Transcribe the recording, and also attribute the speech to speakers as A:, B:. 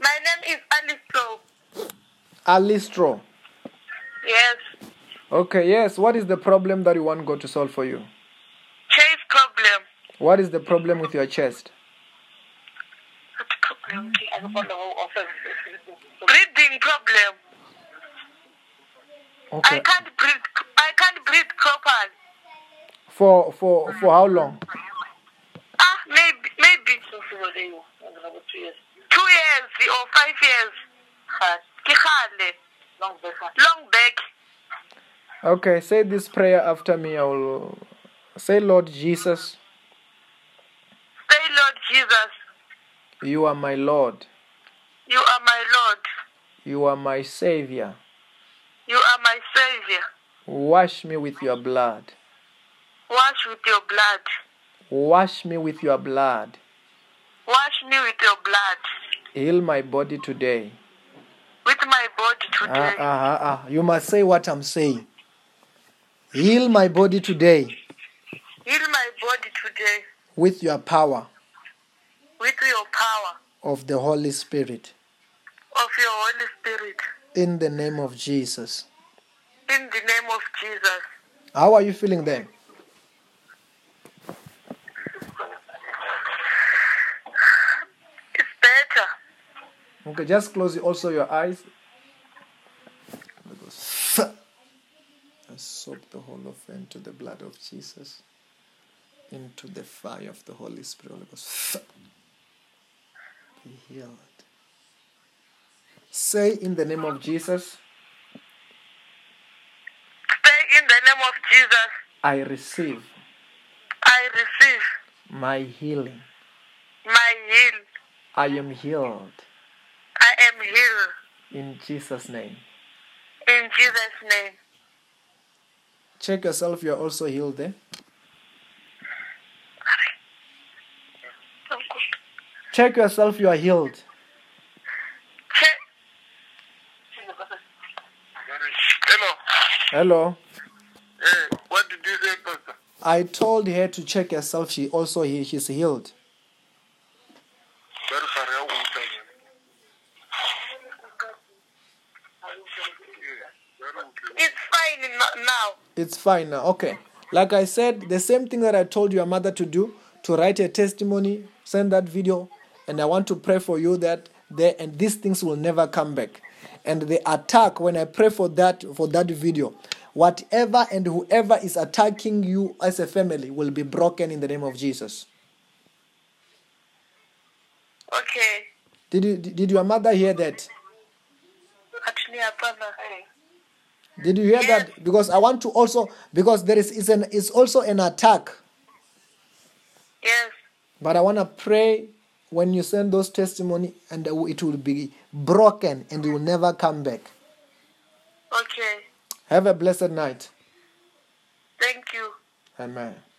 A: My name is Alice Stroh.
B: Alistro.
A: Yes.
B: Okay, yes. What is the problem that you want God to solve for you?
A: Chase problem.
B: What is the problem with your chest?
A: Mm. Breathing problem. I
B: Okay.
A: can't breathe. I can't breathe properly.
B: For for for how long?
A: Ah, maybe, maybe two years or five years. Ke kgale. Long back.
B: Okay, say this prayer after me. I will say, Lord Jesus,
A: Say, Lord Jesus,
B: you are my Lord.
A: you are my Lord.
B: You are my Savior.
A: You are my Savior.
B: Wash me with your blood.
A: Wash with your blood.
B: Wash me with your blood.
A: Wash me with your blood.
B: Heal my body today.
A: With my body
B: Ah, ah,
A: today.
B: ah, ah. You must say what I'm saying. Heal my body today
A: Heal my body today
B: with your power
A: with your power
B: of the Holy Spirit.
A: of your Holy Spirit.
B: In the name of Jesus.
A: In the name of Jesus.
B: How are you feeling then?
A: It's better.
B: Okay, just close also your eyes. And soak the whole of it into the blood of Jesus, into the fire of the Holy Spirit. Holy Ghost. Be healed. Say in the name of Jesus,
A: Stay in the name of Jesus.
B: I receive
A: I receive
B: my healing.
A: my heal.
B: I am healed
A: I am healed.
B: in Jesus' name.
A: In Jesus' name.
B: Check yourself, you are also healed eh? there. Check yourself, you are healed.
A: Che-
C: Hello.
B: Hello.
C: Hey, what did you say, Pastor?
B: I told her to check herself. She also he, she's healed.
C: Ba re tshware ya go utlwa nyana. Yeah, ba re utlwe.
A: It's fine no- now.
B: It's fine now. Okay. Like I said, the same thing that I told your mother to do to write a testimony, send that video, and I want to pray for you that there and these things will never come back. And the attack when I pray for that for that video, whatever and whoever is attacking you as a family will be broken in the name of Jesus.
A: Okay.
B: Did you did did your mother hear that?
A: Actually, hapana.
B: Did you hear that? Because I want to also because there is is an is also an attack
A: Yes.
B: But I want to pray when you send those testimony and it will be broken and it will never come back.
A: Okay.
B: Have a blessed night.
A: Thank you.
B: Amen.